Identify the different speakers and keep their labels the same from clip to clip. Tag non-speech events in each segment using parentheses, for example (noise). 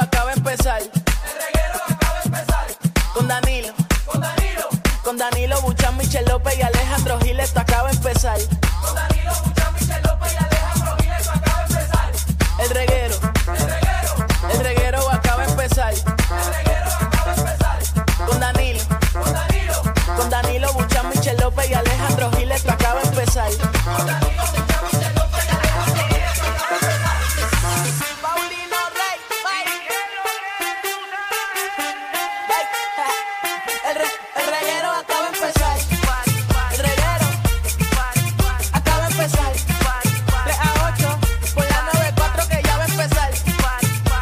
Speaker 1: acaba de empezar. Con Danilo. Con Danilo Buchan, Michel López y Alejandro Gil, esto acaba de empezar. El reguero. El reguero acaba de empezar. Con Danilo. Con Danilo Buchan, Michel López y Alejandro Gil, esto acaba de empezar. Paulino Rey, El, re- el reguero acaba de empezar. El reguero acaba de empezar. 3 a 8 por la 94 que ya va a empezar.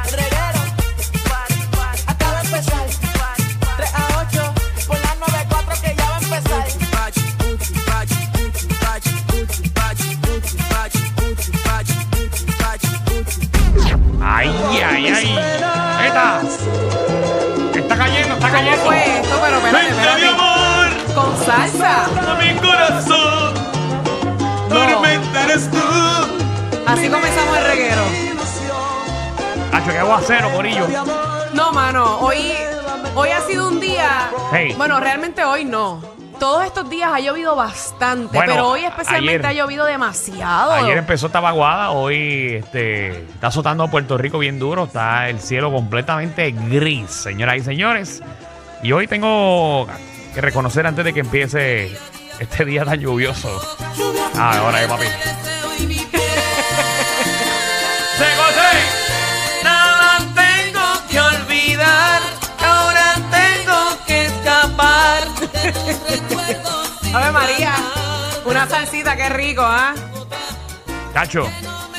Speaker 1: El reguero acaba de empezar. 3 a 8 por la 94 que ya va a empezar.
Speaker 2: Ay, ay, ay. Eta. Está cayendo, está
Speaker 3: ¿Cómo
Speaker 2: cayendo.
Speaker 3: fue esto? Pero espérate,
Speaker 2: Vente, mi
Speaker 3: espérate.
Speaker 2: amor,
Speaker 3: Con salsa.
Speaker 2: a mi corazón. Tormenta eres tú.
Speaker 3: Así comenzamos el reguero.
Speaker 2: Nacho, que aguacero, corillo.
Speaker 3: No, mano, hoy, hoy ha sido un día.
Speaker 2: Hey.
Speaker 3: Bueno, realmente hoy no. Todos estos días ha llovido bastante,
Speaker 2: Bueno,
Speaker 3: pero hoy especialmente
Speaker 2: ayer.
Speaker 3: ha llovido demasiado.
Speaker 2: Ayer empezó esta vaguada, hoy este, está azotando a Puerto Rico bien duro, está el cielo completamente gris, señoras y señores. Y hoy tengo que reconocer antes de que empiece este día tan lluvioso. Ah, ahora es papi. ¡Se goce!
Speaker 1: Nada tengo que olvidar, ahora tengo que escapar.
Speaker 3: (laughs) Ave María, una salsita, qué rico, ¿ah?
Speaker 2: Cacho,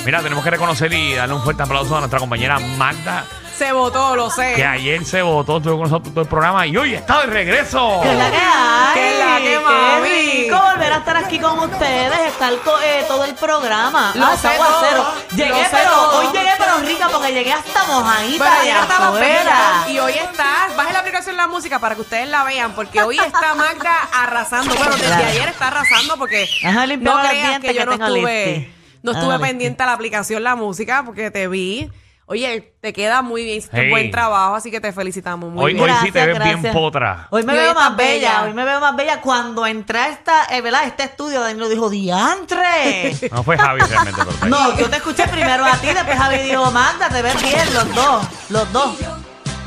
Speaker 2: mira, tenemos que reconocer y darle un fuerte aplauso a nuestra compañera Magda,
Speaker 3: Se votó, lo sé.
Speaker 2: que ayer se votó, estuvo con nosotros todo el programa y hoy está de regreso.
Speaker 4: la que hay?
Speaker 3: ¿Qué es la que,
Speaker 4: Qué
Speaker 3: mami?
Speaker 4: rico volver a estar aquí con ustedes, estar con todo el programa.
Speaker 3: Lo
Speaker 4: Ah, está
Speaker 3: sé
Speaker 4: aguacero.
Speaker 3: todo,
Speaker 4: Llegué,
Speaker 3: lo sé
Speaker 4: pero
Speaker 3: todo.
Speaker 4: hoy llegué, pero rica, porque llegué hasta mojadita
Speaker 3: Pero
Speaker 4: de
Speaker 3: ayer estaba
Speaker 4: afuera.
Speaker 3: fría y hoy está. Baje la aplicación de la música para que ustedes la vean, porque hoy está Magda arrasando. Bueno, desde
Speaker 4: Claro.
Speaker 3: ayer está arrasando porque
Speaker 4: Ajá,
Speaker 3: no
Speaker 4: limpiaba los
Speaker 3: creas
Speaker 4: dientes
Speaker 3: que yo
Speaker 4: que
Speaker 3: no
Speaker 4: tengo
Speaker 3: estuve,
Speaker 4: lipstick.
Speaker 3: no estuve
Speaker 4: Ah, lipstick.
Speaker 3: pendiente a la aplicación la música porque te vi. Oye, te queda muy bien, hiciste
Speaker 2: Hey.
Speaker 3: un buen trabajo, así que te felicitamos muy
Speaker 2: Hoy-
Speaker 3: bien.
Speaker 2: hoy- sí te ves bien potra.
Speaker 4: Hoy me
Speaker 3: Y hoy
Speaker 4: veo
Speaker 3: estás
Speaker 4: más bella.
Speaker 3: bella.
Speaker 4: hoy me veo más bella. Cuando entré a esta, eh, ¿verdad? este estudio, Danilo dijo,
Speaker 3: (laughs)
Speaker 4: diantre.
Speaker 2: No fue Javi realmente, pero está ahí.
Speaker 4: no, yo te escuché primero a ti, después Javi dijo, manda, te ves bien los dos, los dos.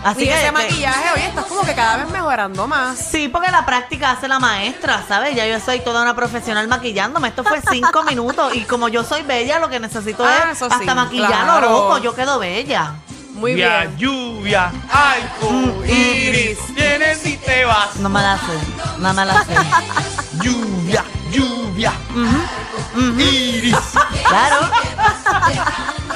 Speaker 4: Así
Speaker 3: Y
Speaker 4: que este,
Speaker 3: ese
Speaker 4: te-
Speaker 3: maquillaje, oye, estás como que cada vez mejorando más.
Speaker 4: Sí, porque la práctica hace la maestra, ¿sabes? Ya yo soy toda una profesional maquillándome. Esto fue
Speaker 3: (laughs)
Speaker 4: cinco minutos y como yo soy bella, lo que necesito
Speaker 3: Ah,
Speaker 4: es
Speaker 3: eso
Speaker 4: hasta
Speaker 3: sí,
Speaker 4: maquillarlo,
Speaker 3: claro.
Speaker 4: loco. Yo quedo bella.
Speaker 3: Muy
Speaker 2: Ya
Speaker 3: bien.
Speaker 2: lluvia, ay, iris, vienes y te vas.
Speaker 4: No me la sé, no me la sé.
Speaker 3: (laughs)
Speaker 2: Lluvia, lluvia, iris.
Speaker 4: Claro.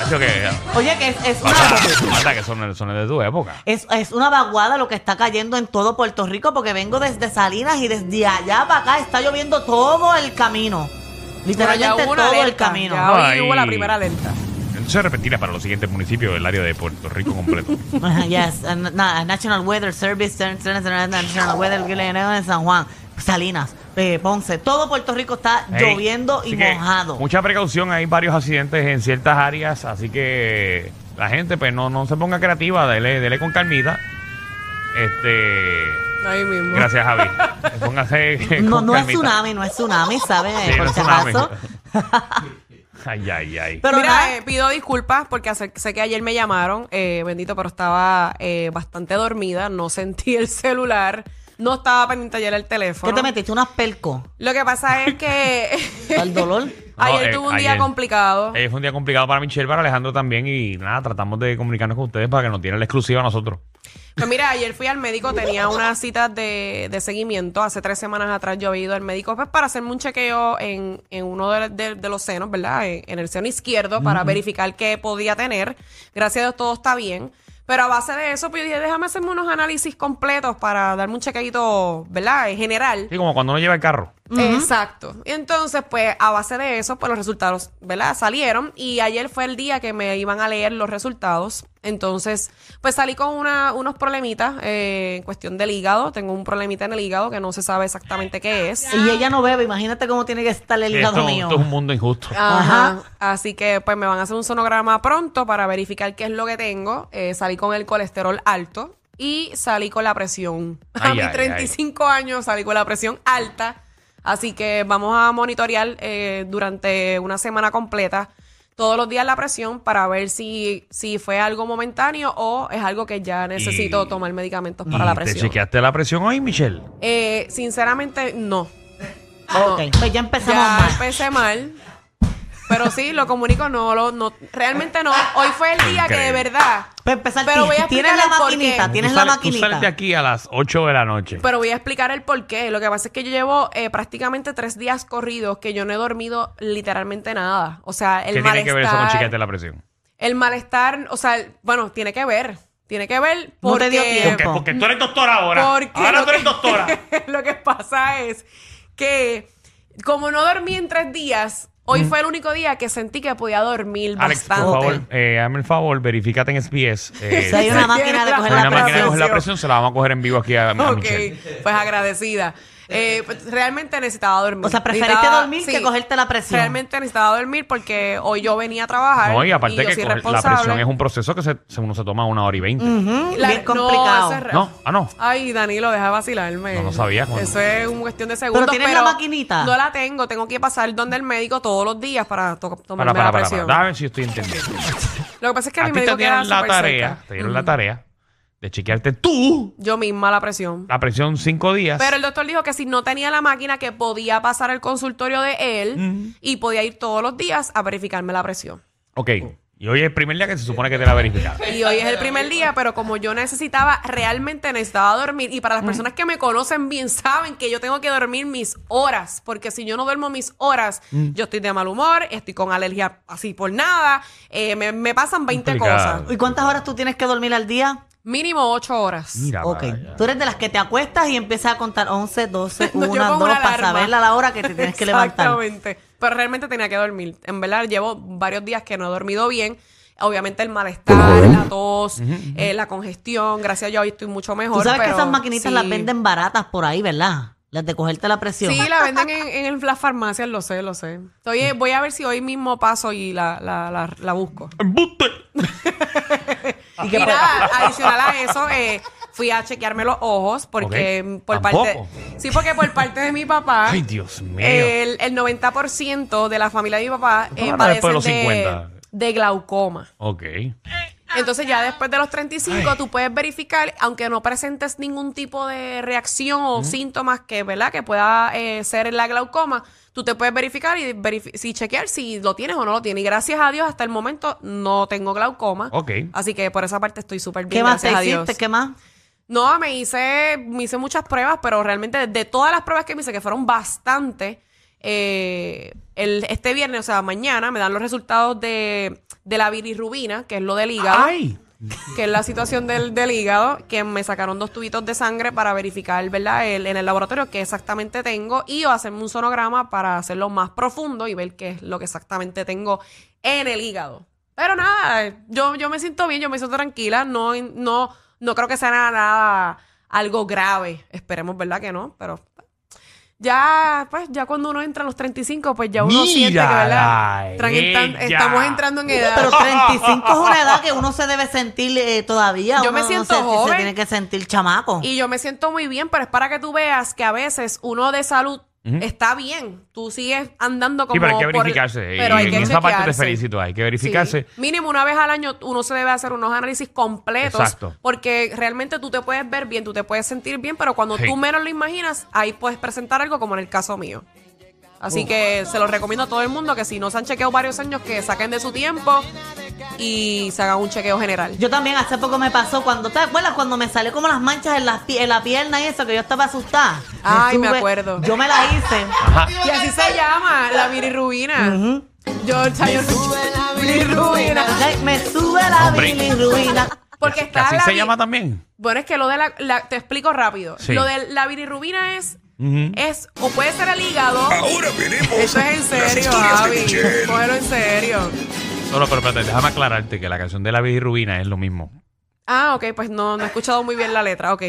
Speaker 2: Nacho, (laughs) que.
Speaker 4: Oye, que es, es
Speaker 2: Basta,
Speaker 4: una...
Speaker 2: basta, que son, son de tu época.
Speaker 4: Es, es una vaguada lo que está cayendo en todo Puerto Rico porque vengo desde Salinas y desde allá para acá está lloviendo todo el camino.
Speaker 3: Pero ya
Speaker 4: Literalmente
Speaker 3: hubo una
Speaker 4: todo el
Speaker 3: alerta,
Speaker 4: camino.
Speaker 3: Ya hoy
Speaker 2: Ay.
Speaker 3: hubo la primera alerta.
Speaker 2: Entonces se repetirá para los siguientes municipios del área de Puerto Rico completo.
Speaker 4: Ajá, yes, and, na- National Weather Service, Cern- Cern- Cern- National Weather en San Juan, Salinas, eh, Ponce, todo Puerto Rico está
Speaker 2: Hey,
Speaker 4: lloviendo y
Speaker 2: así que
Speaker 4: mojado.
Speaker 2: Mucha precaución, hay varios accidentes en ciertas áreas, así que la gente pues no, no se ponga creativa, dele, dele con calmita. Este,
Speaker 3: Ahí mismo.
Speaker 2: gracias Javi.
Speaker 4: (laughs)
Speaker 2: Póngase
Speaker 4: No,
Speaker 2: con
Speaker 4: no es
Speaker 2: calmita.
Speaker 4: tsunami, no es tsunami, ¿sabes?
Speaker 2: Sí,
Speaker 4: Por
Speaker 2: no es
Speaker 4: si
Speaker 2: tsunami.
Speaker 4: acaso.
Speaker 2: Ay, ay, ay.
Speaker 4: Pero
Speaker 3: Mira,
Speaker 4: nada.
Speaker 3: eh, pido disculpas porque hace- sé que ayer me llamaron, eh, bendito, pero estaba eh, bastante dormida, no sentí el celular, no estaba pendiente ayer el teléfono.
Speaker 4: ¿Qué te metiste? Unas
Speaker 3: (laughs)
Speaker 4: pelco.
Speaker 3: Lo que pasa es que
Speaker 4: (laughs) Al dolor.
Speaker 3: ayer
Speaker 2: No, eh,
Speaker 3: tuve un día
Speaker 2: ayer.
Speaker 3: complicado.
Speaker 2: Eh, fue un día complicado para Michelle, para Alejandro también y nada, tratamos de comunicarnos con ustedes para que nos tienen la exclusiva a nosotros.
Speaker 3: Pues mira, ayer fui al médico, tenía una cita de, de seguimiento. Hace tres semanas atrás yo había ido al médico pues, para hacerme un chequeo en, en uno de, de- de los senos, ¿verdad? En, en el seno izquierdo para verificar qué podía tener. Gracias a Dios todo está bien. Pero a base de eso, pues yo dije, déjame hacerme unos análisis completos para darme un chequeito, ¿verdad? En general.
Speaker 2: Sí, como cuando uno lleva el carro.
Speaker 3: Exacto. Y entonces, pues, a base de eso, pues los resultados, ¿verdad? Salieron y ayer fue el día que me iban a leer los resultados. Entonces, pues salí con una- unos problemitas eh, en cuestión del hígado. Tengo un problemita en el hígado que no se sabe exactamente qué es.
Speaker 4: Y ella no bebe. Imagínate cómo tiene que estar el
Speaker 2: Que esto,
Speaker 4: hígado mío. Ah,
Speaker 2: esto es un mundo injusto.
Speaker 3: Ajá. Así que pues me van a hacer un sonograma pronto para verificar qué es lo que tengo. Eh, salí con el colesterol alto y salí con la presión. a
Speaker 2: Ay,
Speaker 3: mis
Speaker 2: ay,
Speaker 3: 35 años salí con la presión alta. Así que vamos a monitorear eh, durante una semana completa todos los días la presión para ver si, si fue algo momentáneo o es algo que ya necesito
Speaker 2: Y-
Speaker 3: tomar medicamentos
Speaker 2: ¿Y
Speaker 3: para la
Speaker 2: ¿Te
Speaker 3: presión.
Speaker 2: chequeaste la presión hoy, Michelle?
Speaker 3: Eh, sinceramente, no.
Speaker 4: Ok, pues ya empezamos
Speaker 3: Ya
Speaker 4: mal.
Speaker 3: empecé mal. Pero sí, lo comunico, no, lo, no, realmente no. Hoy fue el día que de
Speaker 2: Increíble.
Speaker 3: verdad.
Speaker 4: Para Pues empezar,
Speaker 3: Pero
Speaker 4: ti-
Speaker 3: voy a
Speaker 4: tienes la
Speaker 3: explicarles por qué.
Speaker 4: maquinita, tienes
Speaker 2: Tú
Speaker 4: la
Speaker 2: sales- Tú
Speaker 4: maquinita.
Speaker 2: sales de aquí a las 8 de la noche.
Speaker 3: Pero voy a explicar el por qué. Lo que pasa es que yo llevo eh, prácticamente tres días corridos que yo no he dormido literalmente nada. O sea, el
Speaker 2: ¿Qué
Speaker 3: malestar.
Speaker 2: tiene que ver eso con chequearte la presión?
Speaker 3: El malestar, o sea, el- bueno, tiene que ver. Tiene que ver
Speaker 4: No
Speaker 3: porque.
Speaker 4: te dio tiempo.
Speaker 2: Porque, porque tú eres doctora ahora.
Speaker 3: Porque
Speaker 2: ahora
Speaker 3: lo
Speaker 2: tú eres
Speaker 3: que- (laughs)
Speaker 2: doctora.
Speaker 3: lo que pasa es que como no dormí en tres días, hoy fue el único día que sentí que podía dormir
Speaker 2: Mm. Alex, por
Speaker 3: bastante.
Speaker 2: favor, eh, hazme el favor, verifícate en SBS. eh,
Speaker 4: (laughs) Si
Speaker 3: (laughs)
Speaker 4: hay una máquina de
Speaker 3: Hay
Speaker 4: coger
Speaker 2: hay una
Speaker 4: la
Speaker 2: máquina de
Speaker 4: presión.
Speaker 2: coger la presión, se la vamos a coger en vivo aquí a, a
Speaker 3: Ok,
Speaker 2: Ah, Michelle.
Speaker 3: pues agradecida. Eh, pues, realmente necesitaba dormir.
Speaker 4: O sea, preferiste
Speaker 3: Necesitaba-
Speaker 4: dormir
Speaker 3: sí,
Speaker 4: que cogerte la presión.
Speaker 3: Realmente necesitaba dormir porque hoy yo venía a trabajar.
Speaker 2: No, y aparte
Speaker 3: yo
Speaker 2: que
Speaker 3: soy
Speaker 2: coger- la
Speaker 3: responsable. Mm.
Speaker 2: presión es un proceso que se, se- uno se toma una hora y veinte.
Speaker 4: Ujú,
Speaker 3: La-
Speaker 4: bien
Speaker 3: no,
Speaker 4: complicado.
Speaker 3: eso es re-
Speaker 2: No, ah, no.
Speaker 3: Ay, Danilo, deja de vacilarme.
Speaker 2: No, no sabía, Juan.
Speaker 3: Eso es una cuestión de segundos.
Speaker 4: tienes la maquinita.
Speaker 3: No la tengo. Tengo que pasar donde el médico todos los días para to-
Speaker 2: Para,
Speaker 3: tomarme
Speaker 2: para,
Speaker 3: la
Speaker 2: para,
Speaker 3: presión.
Speaker 2: para. Dame si estoy entendiendo.
Speaker 3: Lo que pasa es que
Speaker 2: a
Speaker 3: mi
Speaker 2: ti te
Speaker 3: médico queda
Speaker 2: dieron la
Speaker 3: súper Mm.
Speaker 2: tarea,
Speaker 3: cerca.
Speaker 2: te dieron la tarea de chequearte tú
Speaker 3: Yo misma la presión.
Speaker 2: la presión cinco días.
Speaker 3: Pero el doctor dijo que si no tenía la máquina, que podía pasar al consultorio de él y podía ir todos los días a verificarme la presión.
Speaker 2: Ok, y hoy es el primer día que se supone que te la verificaron.
Speaker 3: Y hoy es el primer día, pero como yo necesitaba, realmente necesitaba dormir. Y para
Speaker 4: Mm.
Speaker 3: las personas que me conocen bien, saben que yo tengo que dormir mis horas. Porque si yo no duermo mis horas,
Speaker 4: Mm.
Speaker 3: yo estoy de mal humor, estoy con alergia así por nada. eh, me, me pasan 20
Speaker 2: Complicado.
Speaker 3: cosas.
Speaker 4: ¿Y cuántas horas tú tienes que dormir al día?
Speaker 3: Mínimo 8 horas.
Speaker 2: Mira,
Speaker 4: Ok.
Speaker 2: vaya.
Speaker 4: Tú eres de las que te acuestas y empiezas a contar
Speaker 3: (laughs)
Speaker 4: 11, 12,
Speaker 3: (laughs) No,
Speaker 4: 1,
Speaker 3: yo
Speaker 4: 2
Speaker 3: pongo una
Speaker 4: para
Speaker 3: alarma.
Speaker 4: saber la hora que te tienes que levantar.
Speaker 3: Exactamente. Pero realmente tenía que dormir. En verdad, llevo varios días que no he dormido bien. Obviamente el malestar, la tos, eh, la congestión. Gracias a Dios hoy estoy mucho mejor.
Speaker 4: Tú sabes que
Speaker 3: pero
Speaker 4: esas maquinitas
Speaker 3: sí.
Speaker 4: las venden baratas por ahí, ¿verdad? Las de cogerte la presión.
Speaker 3: Sí, la venden en, en el- las farmacias, lo sé, lo sé. Estoy, eh, voy a ver si hoy mismo paso y la, la, la, la busco.
Speaker 2: ¡Embuste!
Speaker 3: Y nada, adicional a eso, eh, fui a chequearme los ojos porque
Speaker 2: Ok.
Speaker 3: mm, por parte...
Speaker 2: Tampoco.
Speaker 3: Sí, porque por parte de mi papá...
Speaker 2: Ay, Dios mío.
Speaker 3: El, el 90% de la familia de mi papá
Speaker 2: Eso
Speaker 3: eh,
Speaker 2: ahora
Speaker 3: padece
Speaker 2: después de los
Speaker 3: de,
Speaker 2: 50.
Speaker 3: de glaucoma.
Speaker 2: Ok.
Speaker 4: Ah,
Speaker 3: Entonces ya después de los 35 tú puedes verificar, aunque no presentes ningún tipo de reacción o síntomas que, ¿verdad? que pueda eh, ser la glaucoma, tú te puedes verificar y verifi- si chequear si lo tienes o no lo tienes. Y gracias a Dios hasta el momento no tengo glaucoma.
Speaker 2: Ok.
Speaker 3: Así que por esa parte estoy súper bien.
Speaker 4: ¿Qué más te
Speaker 3: gracias a Dios.
Speaker 4: hiciste? ¿Qué más?
Speaker 3: No, me hice, me hice muchas pruebas, pero realmente de todas las pruebas que me hice, que fueron bastante, eh, el, este viernes, o sea, mañana, me dan los resultados de, de la bilirrubina, que es lo del hígado,
Speaker 2: ¡Ay!
Speaker 3: que es la situación del, del hígado, que me sacaron dos tubitos de sangre para verificar, ¿verdad?, el- en el laboratorio qué exactamente tengo y o hacerme un sonograma para hacerlo más profundo y ver qué es lo que exactamente tengo en el hígado. Pero nada, yo, yo me siento bien, yo me siento tranquila, no, no, no creo que sea nada, nada- algo grave. Esperemos, ¿verdad? Que no, pero ya, pues, ya cuando uno entra a los 35, pues ya uno siente que,
Speaker 2: Mírala,
Speaker 3: ¿verdad? Tran- entran-
Speaker 2: ella.
Speaker 3: estamos entrando en edad.
Speaker 4: Pero 35 es una edad que uno se debe sentir eh, todavía.
Speaker 3: Yo me
Speaker 4: uno no
Speaker 3: siento
Speaker 4: se- Se
Speaker 3: joven.
Speaker 4: tiene que sentir chamaco.
Speaker 3: Y yo me siento muy bien, pero es para que tú veas que a veces uno de salud está bien. Tú sigues andando como
Speaker 2: Sí, pero hay que
Speaker 3: por el-
Speaker 2: verificarse.
Speaker 3: pero hay
Speaker 2: y
Speaker 3: que
Speaker 2: en esa parte te
Speaker 3: chequearse.
Speaker 2: felicito. Hay que verificarse.
Speaker 3: Sí. Mínimo una vez al año uno se debe hacer unos análisis completos.
Speaker 2: Exacto.
Speaker 3: Porque realmente tú te puedes ver bien, tú te puedes sentir bien, pero cuando
Speaker 2: Sí.
Speaker 3: tú menos lo imaginas, ahí puedes presentar algo como en el caso mío. Así que se lo recomiendo a todo el mundo que si no se han chequeado varios años, que saquen de su tiempo y se hagan un chequeo general.
Speaker 4: Yo también hace poco me pasó cuando, ¿te acuerdas? Cuando me salió como las manchas en la, en la pierna y eso, que yo estaba asustada.
Speaker 3: Ay, me acuerdo.
Speaker 4: Yo me la hice.
Speaker 3: Y así se llama la bilirrubina. Yo, o sea, yo- bilirrubina.
Speaker 4: Ay, me sube la
Speaker 2: Hombre.
Speaker 4: bilirruina.
Speaker 3: Porque
Speaker 2: Que
Speaker 3: está
Speaker 2: así
Speaker 3: la
Speaker 2: se
Speaker 3: bi-
Speaker 2: llama también.
Speaker 3: Bueno, es que lo de la, la- te explico rápido.
Speaker 2: Sí.
Speaker 3: Lo de la bilirrubina es
Speaker 2: Ujú.
Speaker 3: es o puede ser el hígado. Ahora veremos. Eso es en serio, Javi. Cógelo en serio.
Speaker 2: Solo, pero espérate, déjame aclararte que la canción de la bilirrubina es lo mismo.
Speaker 3: Ah, ok, pues no, no he escuchado muy bien la
Speaker 2: (laughs)
Speaker 3: letra, ok.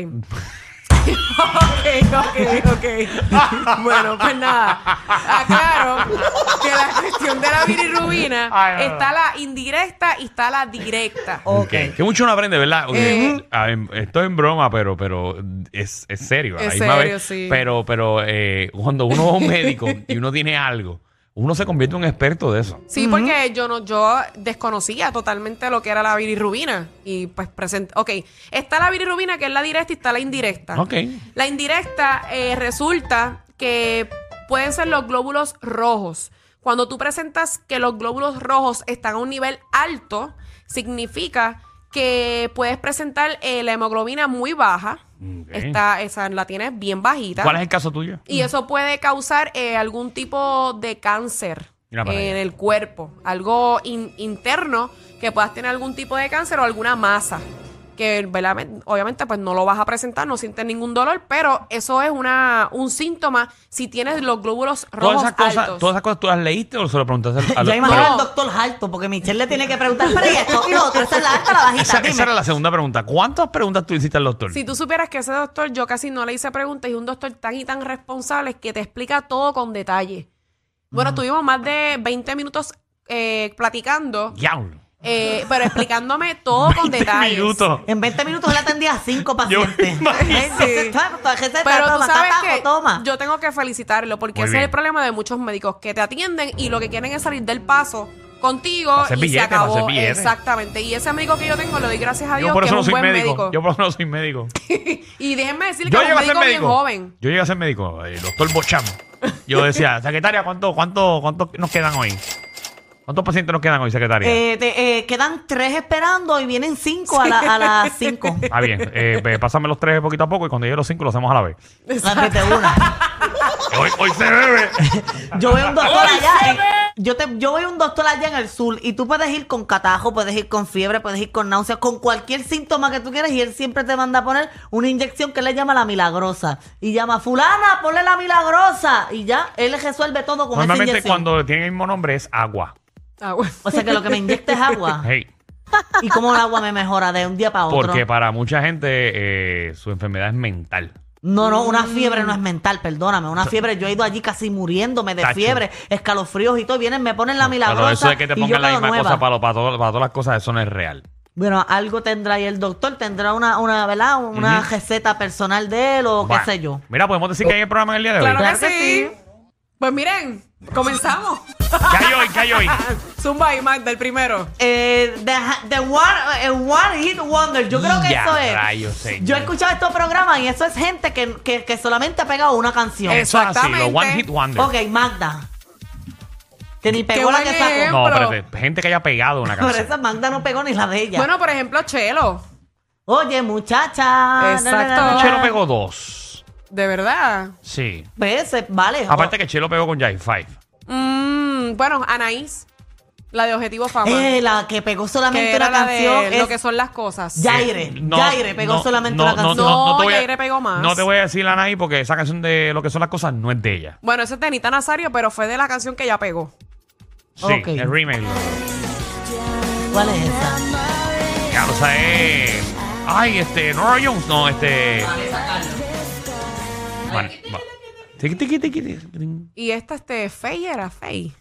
Speaker 3: ok, ok, ok. Bueno, pues nada. Aclaro que la cuestión de la bilirrubina
Speaker 2: Ay, no,
Speaker 3: está la indirecta y está la directa.
Speaker 2: Ok. Que mucho uno aprende, ¿verdad? Oye,
Speaker 3: Eh.
Speaker 2: a ver, esto es en broma, pero, pero es, es serio. a la
Speaker 3: Es
Speaker 2: misma
Speaker 3: serio,
Speaker 2: vez.
Speaker 3: sí.
Speaker 2: Pero, pero eh, cuando uno va a un médico y uno tiene algo, uno se convierte en un experto de eso.
Speaker 3: Sí, porque yo no, yo desconocía totalmente lo que era la bilirrubina. Y pues present Ok, está la bilirrubina que es la directa y está la indirecta.
Speaker 2: Ok.
Speaker 3: La indirecta eh, resulta que pueden ser los glóbulos rojos. Cuando tú presentas que los glóbulos rojos están a un nivel alto, significa que puedes presentar eh, la hemoglobina muy baja.
Speaker 2: Ok.
Speaker 3: Está, esa la tienes bien bajita.
Speaker 2: ¿Cuál es el caso tuyo?
Speaker 3: Y eso puede causar eh, algún tipo de cáncer eh,
Speaker 2: Mira para
Speaker 3: en
Speaker 2: allá.
Speaker 3: el cuerpo, algo in- interno que puedas tener algún tipo de cáncer o alguna masa que ¿verdad? obviamente pues no lo vas a presentar, no sientes ningún dolor, pero eso es una un síntoma si tienes los glóbulos
Speaker 2: Todas
Speaker 3: rojos
Speaker 2: esas, cosas,
Speaker 3: altos.
Speaker 2: todas esas cosas tú las leíste o se lo preguntaste
Speaker 3: (laughs)
Speaker 2: a,
Speaker 4: Yo
Speaker 2: los
Speaker 4: imagino
Speaker 3: No.
Speaker 4: al doctor Harto, porque Michelle le tiene que preguntar, pero ¿y esto? ¿Y lo otro? ¿Esa es la alta o la bajita?
Speaker 2: Esa,
Speaker 4: Dime.
Speaker 2: esa era la segunda pregunta. ¿Cuántas preguntas tú hiciste al doctor?
Speaker 3: Si tú supieras que ese doctor, yo casi no le hice preguntas, y es un doctor tan y tan responsable que te explica todo con detalle. Bueno, tuvimos más de 20 minutos eh, platicando,
Speaker 2: Diablo.
Speaker 3: eh, pero explicándome
Speaker 2: (laughs)
Speaker 3: todo con
Speaker 2: 20
Speaker 3: detalles.
Speaker 2: minutos.
Speaker 4: En 20 minutos él atendía a 5 pacientes.
Speaker 2: imagino.
Speaker 4: Entonces, toma, toma, receta,
Speaker 3: Pero
Speaker 4: toma,
Speaker 3: tú sabes
Speaker 4: tajo,
Speaker 3: que
Speaker 4: toma.
Speaker 3: yo tengo que felicitarlo porque
Speaker 2: Muy
Speaker 3: ese
Speaker 2: bien.
Speaker 3: es el problema de muchos médicos que te atienden y lo que quieren es salir del paso contigo
Speaker 2: Para hacer
Speaker 3: y
Speaker 2: billete,
Speaker 3: se
Speaker 2: para hacer
Speaker 3: acabó
Speaker 2: billete.
Speaker 3: exactamente. Y ese médico que yo tengo le doy gracias a Dios
Speaker 2: Yo por
Speaker 3: que
Speaker 2: eso
Speaker 3: es
Speaker 2: no
Speaker 3: un
Speaker 2: soy
Speaker 3: buen
Speaker 2: médico.
Speaker 3: médico.
Speaker 2: Yo por eso no soy
Speaker 3: (laughs)
Speaker 2: médico.
Speaker 3: y déjenme decirle
Speaker 2: Yo
Speaker 3: que es
Speaker 2: llegué
Speaker 3: un
Speaker 2: a ser
Speaker 3: médico, bien
Speaker 2: médico.
Speaker 4: (laughs)
Speaker 3: joven.
Speaker 2: Yo llegué a ser médico, el doctor Bocham. Yo decía, (laughs) secretaria, ¿cuánto, cuánto, cuánto nos quedan hoy? ¿Cuántos pacientes nos quedan hoy, secretaria?
Speaker 4: Eh, te- eh, quedan 3 esperando y vienen 5 a la- a las 5.
Speaker 2: Ah, bien.
Speaker 3: (laughs)
Speaker 2: Eh, ve, pásame los tres poquito a poco y cuando llegue los cinco lo hacemos a la vez.
Speaker 4: una.
Speaker 2: Hoy, hoy se bebe.
Speaker 4: Yo veo un doctor allá. eh, yo, te, yo veo un doctor allá en el sur y tú puedes ir con catajo, puedes ir con fiebre, puedes ir con náuseas, con cualquier síntoma que tú quieras y él siempre te manda a poner una inyección que él le llama la milagrosa. Y llama, fulana, ponle la milagrosa. Y ya, él resuelve todo con esa
Speaker 2: Normalmente
Speaker 4: inyección.
Speaker 2: cuando tiene el mismo nombre es agua.
Speaker 3: (laughs) Ah, bueno.
Speaker 4: O sea que lo que me inyecta es
Speaker 3: Ah,
Speaker 2: (laughs)
Speaker 4: agua.
Speaker 2: Hey,
Speaker 4: ¿Y cómo el agua me mejora de un día para otro?
Speaker 2: porque para mucha gente eh, su enfermedad es mental.
Speaker 4: No, no, una fiebre no es mental, perdóname. Una fiebre, yo he ido allí casi muriéndome de
Speaker 2: Tacho.
Speaker 4: fiebre, escalofríos y todo. Vienen, me ponen la
Speaker 2: Pero
Speaker 4: milagrosa
Speaker 2: eso de que te
Speaker 4: y yo
Speaker 2: pongan la
Speaker 4: quedo
Speaker 2: misma
Speaker 4: nueva.
Speaker 2: cosa para, lo- para todo- para todas las cosas, eso no es real.
Speaker 4: Bueno, algo tendrá y el doctor tendrá una, una ¿verdad? Una receta personal de él o
Speaker 2: Bueno,
Speaker 4: qué sé yo.
Speaker 2: Mira, podemos decir que hay el programa en el día de hoy.
Speaker 3: Claro,
Speaker 4: Claro
Speaker 3: que, sí.
Speaker 4: que
Speaker 3: Pues miren, comenzamos. (laughs)
Speaker 2: ¿Qué hay hoy? ¿Qué
Speaker 4: (laughs)
Speaker 2: hay hoy?
Speaker 3: Zumba y Magda, el primero.
Speaker 4: Eh, the, the one, eh, one Hit Wonder, yo creo que
Speaker 2: Ya,
Speaker 4: eso es.
Speaker 2: rayos, señor.
Speaker 4: Yo he escuchado estos programas y eso es gente que, que, que solamente ha pegado una canción.
Speaker 3: Es-
Speaker 2: Eso es así, lo
Speaker 3: Exactamente.
Speaker 2: One Hit Wonder.
Speaker 4: Ok, Magda. Que ni pegó la
Speaker 3: buen
Speaker 4: que sacó.
Speaker 2: No,
Speaker 3: Pero-
Speaker 2: espérate, gente que haya pegado una
Speaker 4: (laughs) Por
Speaker 2: canción.
Speaker 4: eso Magda no pegó ni la de ella.
Speaker 3: Bueno, por ejemplo, Chelo.
Speaker 4: Oye, muchacha.
Speaker 3: Exacto.
Speaker 4: Na, na, na, na.
Speaker 2: Chelo pegó dos.
Speaker 3: De verdad.
Speaker 2: Sí.
Speaker 4: Pues, eh, vale.
Speaker 2: Aparte que Chelo pegó con Jive Five.
Speaker 3: Mm, bueno, Anaís, la de Objetivo Fama.
Speaker 4: Eh, la que pegó solamente
Speaker 3: que era
Speaker 4: una
Speaker 3: la de
Speaker 4: canción.
Speaker 3: lo
Speaker 4: es
Speaker 3: que son las cosas.
Speaker 4: Yaire.
Speaker 2: Eh, no,
Speaker 4: Yaire pegó
Speaker 2: no,
Speaker 4: solamente
Speaker 2: no,
Speaker 4: una canción.
Speaker 2: No, no, no te voy a-
Speaker 3: Yaire pegó más.
Speaker 2: No te voy a decir la Anaí porque esa canción de lo que son las cosas no es de ella.
Speaker 3: Bueno, ese es de Anita Nazario, pero fue de la canción que ya pegó.
Speaker 2: Sí,
Speaker 4: Ok.
Speaker 2: el remake.
Speaker 4: ¿Cuál es esa?
Speaker 2: Claro, o sea, eh, Ay, este, Nora Jones, no, este. Bueno, va. Tiqui, tiqui, tiqui, tiqui.
Speaker 3: Y esta, este, Fey era Fey.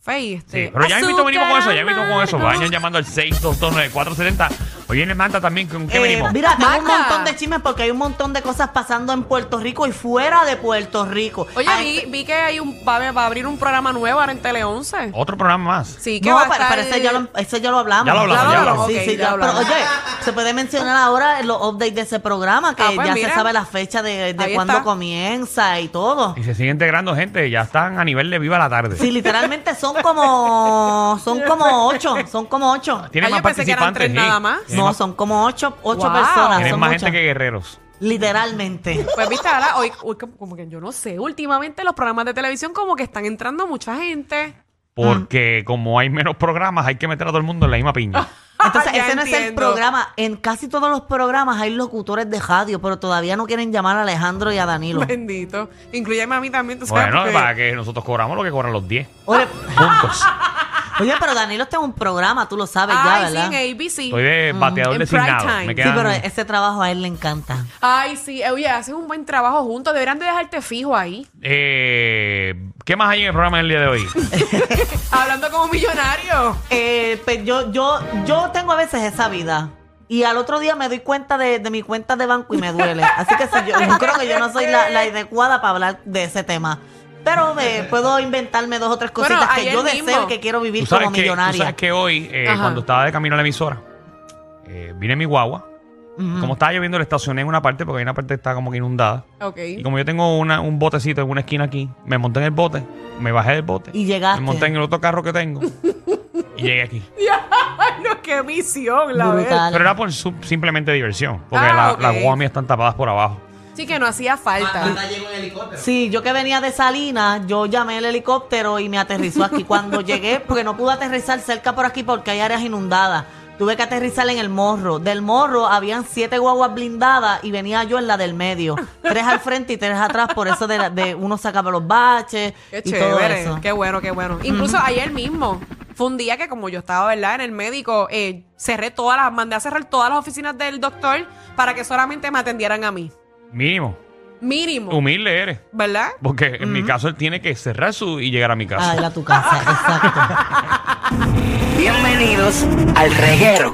Speaker 3: Fey, este.
Speaker 2: Sí, pero ya invito
Speaker 3: azúcar
Speaker 2: venimos con eso, ya invito con eso.
Speaker 3: amargo.
Speaker 2: Vayan llamando al 6229470 Hoy viene Manta también, ¿con
Speaker 3: Eh,
Speaker 2: qué venimos?
Speaker 4: Mira, tengo un
Speaker 3: Maca.
Speaker 4: montón de chismes porque hay un montón de cosas pasando en Puerto Rico y fuera de Puerto Rico.
Speaker 3: Oye,
Speaker 4: Ah,
Speaker 3: vi, vi que hay un, va, a- va a abrir un programa nuevo ahora en Tele 11.
Speaker 2: Otro programa más.
Speaker 3: Sí, que
Speaker 4: No,
Speaker 3: va a
Speaker 4: pero,
Speaker 3: estar...
Speaker 4: pero ese, ya lo, ese ya lo hablamos.
Speaker 2: Ya lo hablamos, ya lo hablamos.
Speaker 4: Sí,
Speaker 3: Ok,
Speaker 4: sí,
Speaker 3: ya
Speaker 4: ya-
Speaker 3: lo hablamos.
Speaker 4: Pero oye, se
Speaker 3: (laughs)
Speaker 4: puede mencionar ahora en los updates de ese programa, que
Speaker 3: Ah, pues
Speaker 4: ya
Speaker 3: mira.
Speaker 4: se sabe la fecha de, de
Speaker 3: Ahí
Speaker 4: cuándo
Speaker 3: está.
Speaker 4: comienza
Speaker 2: (laughs)
Speaker 4: y todo.
Speaker 2: Y se sigue integrando gente, ya están a nivel de viva la tarde.
Speaker 4: Sí, literalmente son como, son como ocho, son como ocho.
Speaker 2: Tiene
Speaker 3: Ah,
Speaker 2: más
Speaker 3: yo pensé que eran
Speaker 2: participantes.
Speaker 3: tres nada
Speaker 2: sí.
Speaker 3: más.
Speaker 2: Tiene
Speaker 4: No,
Speaker 2: más-
Speaker 4: son como ocho, ocho
Speaker 3: Wow.
Speaker 4: personas.
Speaker 2: tienen
Speaker 4: Son
Speaker 2: más
Speaker 4: muchas.
Speaker 2: gente que guerreros.
Speaker 4: Literalmente.
Speaker 3: Pues viste, ahora hoy, hoy como- como que yo no sé, últimamente los programas de televisión como que están entrando mucha gente.
Speaker 2: Porque
Speaker 3: Mm.
Speaker 2: como hay menos programas, hay que meter a todo el mundo en la misma
Speaker 3: (laughs)
Speaker 2: piña.
Speaker 4: (laughs) Entonces,
Speaker 3: Ya
Speaker 4: ese no es el
Speaker 3: entiendo.
Speaker 4: programa. En casi todos los programas hay locutores de radio, pero todavía no quieren llamar a Alejandro y a Danilo.
Speaker 3: Bendito. Incluyeme a mí también, tú sabes.
Speaker 2: bueno,
Speaker 3: porque-
Speaker 2: para que nosotros cobramos lo que cobran los 10
Speaker 4: Oye,
Speaker 2: juntos.
Speaker 4: oye, pero Danilo está en un programa, tú lo sabes ya,
Speaker 3: Ay,
Speaker 4: ¿verdad?
Speaker 3: sí, en ABC.
Speaker 2: Estoy de bateador
Speaker 3: Mm, En
Speaker 2: designado.
Speaker 3: prime time.
Speaker 2: Me
Speaker 3: Sí,
Speaker 4: Sí, pero
Speaker 2: quedan
Speaker 4: ese trabajo a él le encanta.
Speaker 3: Ay, sí, eh, oye, haces un buen trabajo juntos. Deberían de dejarte fijo ahí.
Speaker 2: Eh, ¿Qué más hay en el programa del día de
Speaker 3: (laughs)
Speaker 2: hoy?
Speaker 3: Hablando como millonario.
Speaker 4: Eh, pues yo, yo, yo tengo a veces esa vida. Y al otro día me doy cuenta de, de mi cuenta de banco y me duele. Así que si yo, yo creo que yo no soy (laughs) la, la adecuada para hablar de ese tema. Pero eh, puedo inventarme dos o tres
Speaker 3: Bueno,
Speaker 4: cositas que
Speaker 3: ayer
Speaker 4: yo
Speaker 3: mismo.
Speaker 4: deseo y que quiero
Speaker 2: Tú
Speaker 4: vivir
Speaker 2: sabes
Speaker 4: como
Speaker 2: que, tú
Speaker 4: millonaria.
Speaker 2: sabes que hoy, eh,
Speaker 3: Ajá.
Speaker 2: cuando estaba de camino a la emisora, eh, vine en mi guagua.
Speaker 4: Ujú.
Speaker 2: Como estaba lloviendo, le estacioné en una parte porque hay una parte que está como que inundada.
Speaker 3: Ok.
Speaker 2: Y como yo tengo una- un botecito en una esquina aquí, me monté en el bote, me bajé del bote.
Speaker 4: Y llegaste.
Speaker 2: Me monté en el otro carro que
Speaker 4: (laughs)
Speaker 2: tengo y llegué aquí.
Speaker 3: Ay, no, qué misión, la verdad.
Speaker 4: Brutal.
Speaker 2: Pero era por su- simplemente diversión, porque
Speaker 3: Ah,
Speaker 2: la-
Speaker 3: ok.
Speaker 2: las guaguas mías están tapadas por abajo.
Speaker 3: Sí, que no hacía falta.
Speaker 4: Ah, Sí, yo que venía de Salinas, yo llamé el helicóptero y me aterrizó
Speaker 3: (laughs)
Speaker 4: aquí. Cuando llegué, porque no pude aterrizar cerca por aquí porque hay áreas inundadas. Tuve que aterrizar en el morro. Del morro habían siete guaguas blindadas y venía yo en la del medio. Tres al frente y tres atrás, por eso de, la- de uno sacaba los baches
Speaker 3: Qué
Speaker 4: y todo
Speaker 3: chévere.
Speaker 4: eso.
Speaker 3: Qué bueno, qué bueno. Incluso ayer mismo. Fue un día que como yo estaba, ¿verdad? En el médico, eh, cerré todas las, mandé a cerrar todas las oficinas del doctor para que solamente me atendieran a mí.
Speaker 2: Mínimo.
Speaker 4: Oh.
Speaker 3: Mínimo,
Speaker 2: Humilde eres.
Speaker 3: ¿verdad?
Speaker 2: Porque en mi caso él tiene que cerrar su y llegar a mi casa.
Speaker 4: Ah, era tu casa, exacto.
Speaker 5: Bienvenidos al reguero.